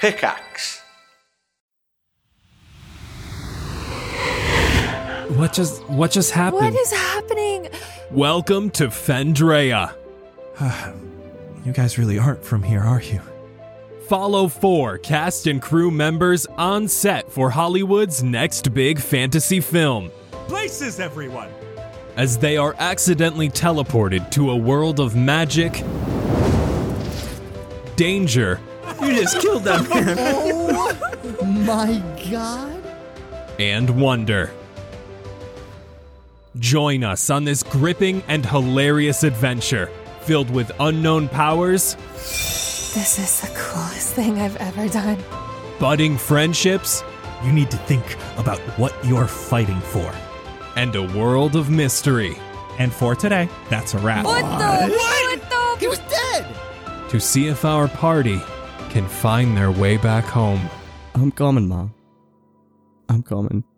Pickaxe. What just what just happened? What Hmm. is happening? Welcome to Fendrea. You guys really aren't from here, are you? Follow four cast and crew members on set for Hollywood's next big fantasy film Places, everyone! as they are accidentally teleported to a world of magic, danger, You just killed them. Oh my god. and wonder. Join us on this gripping and hilarious adventure filled with unknown powers, This is the coolest thing I've ever done. budding friendships, you need to think about what you're fighting for. and a world of mystery. And for today, that's a wrap. What the? What, He the? was dead. to see if our party can find their way back home. I'm coming, Mom. I'm coming.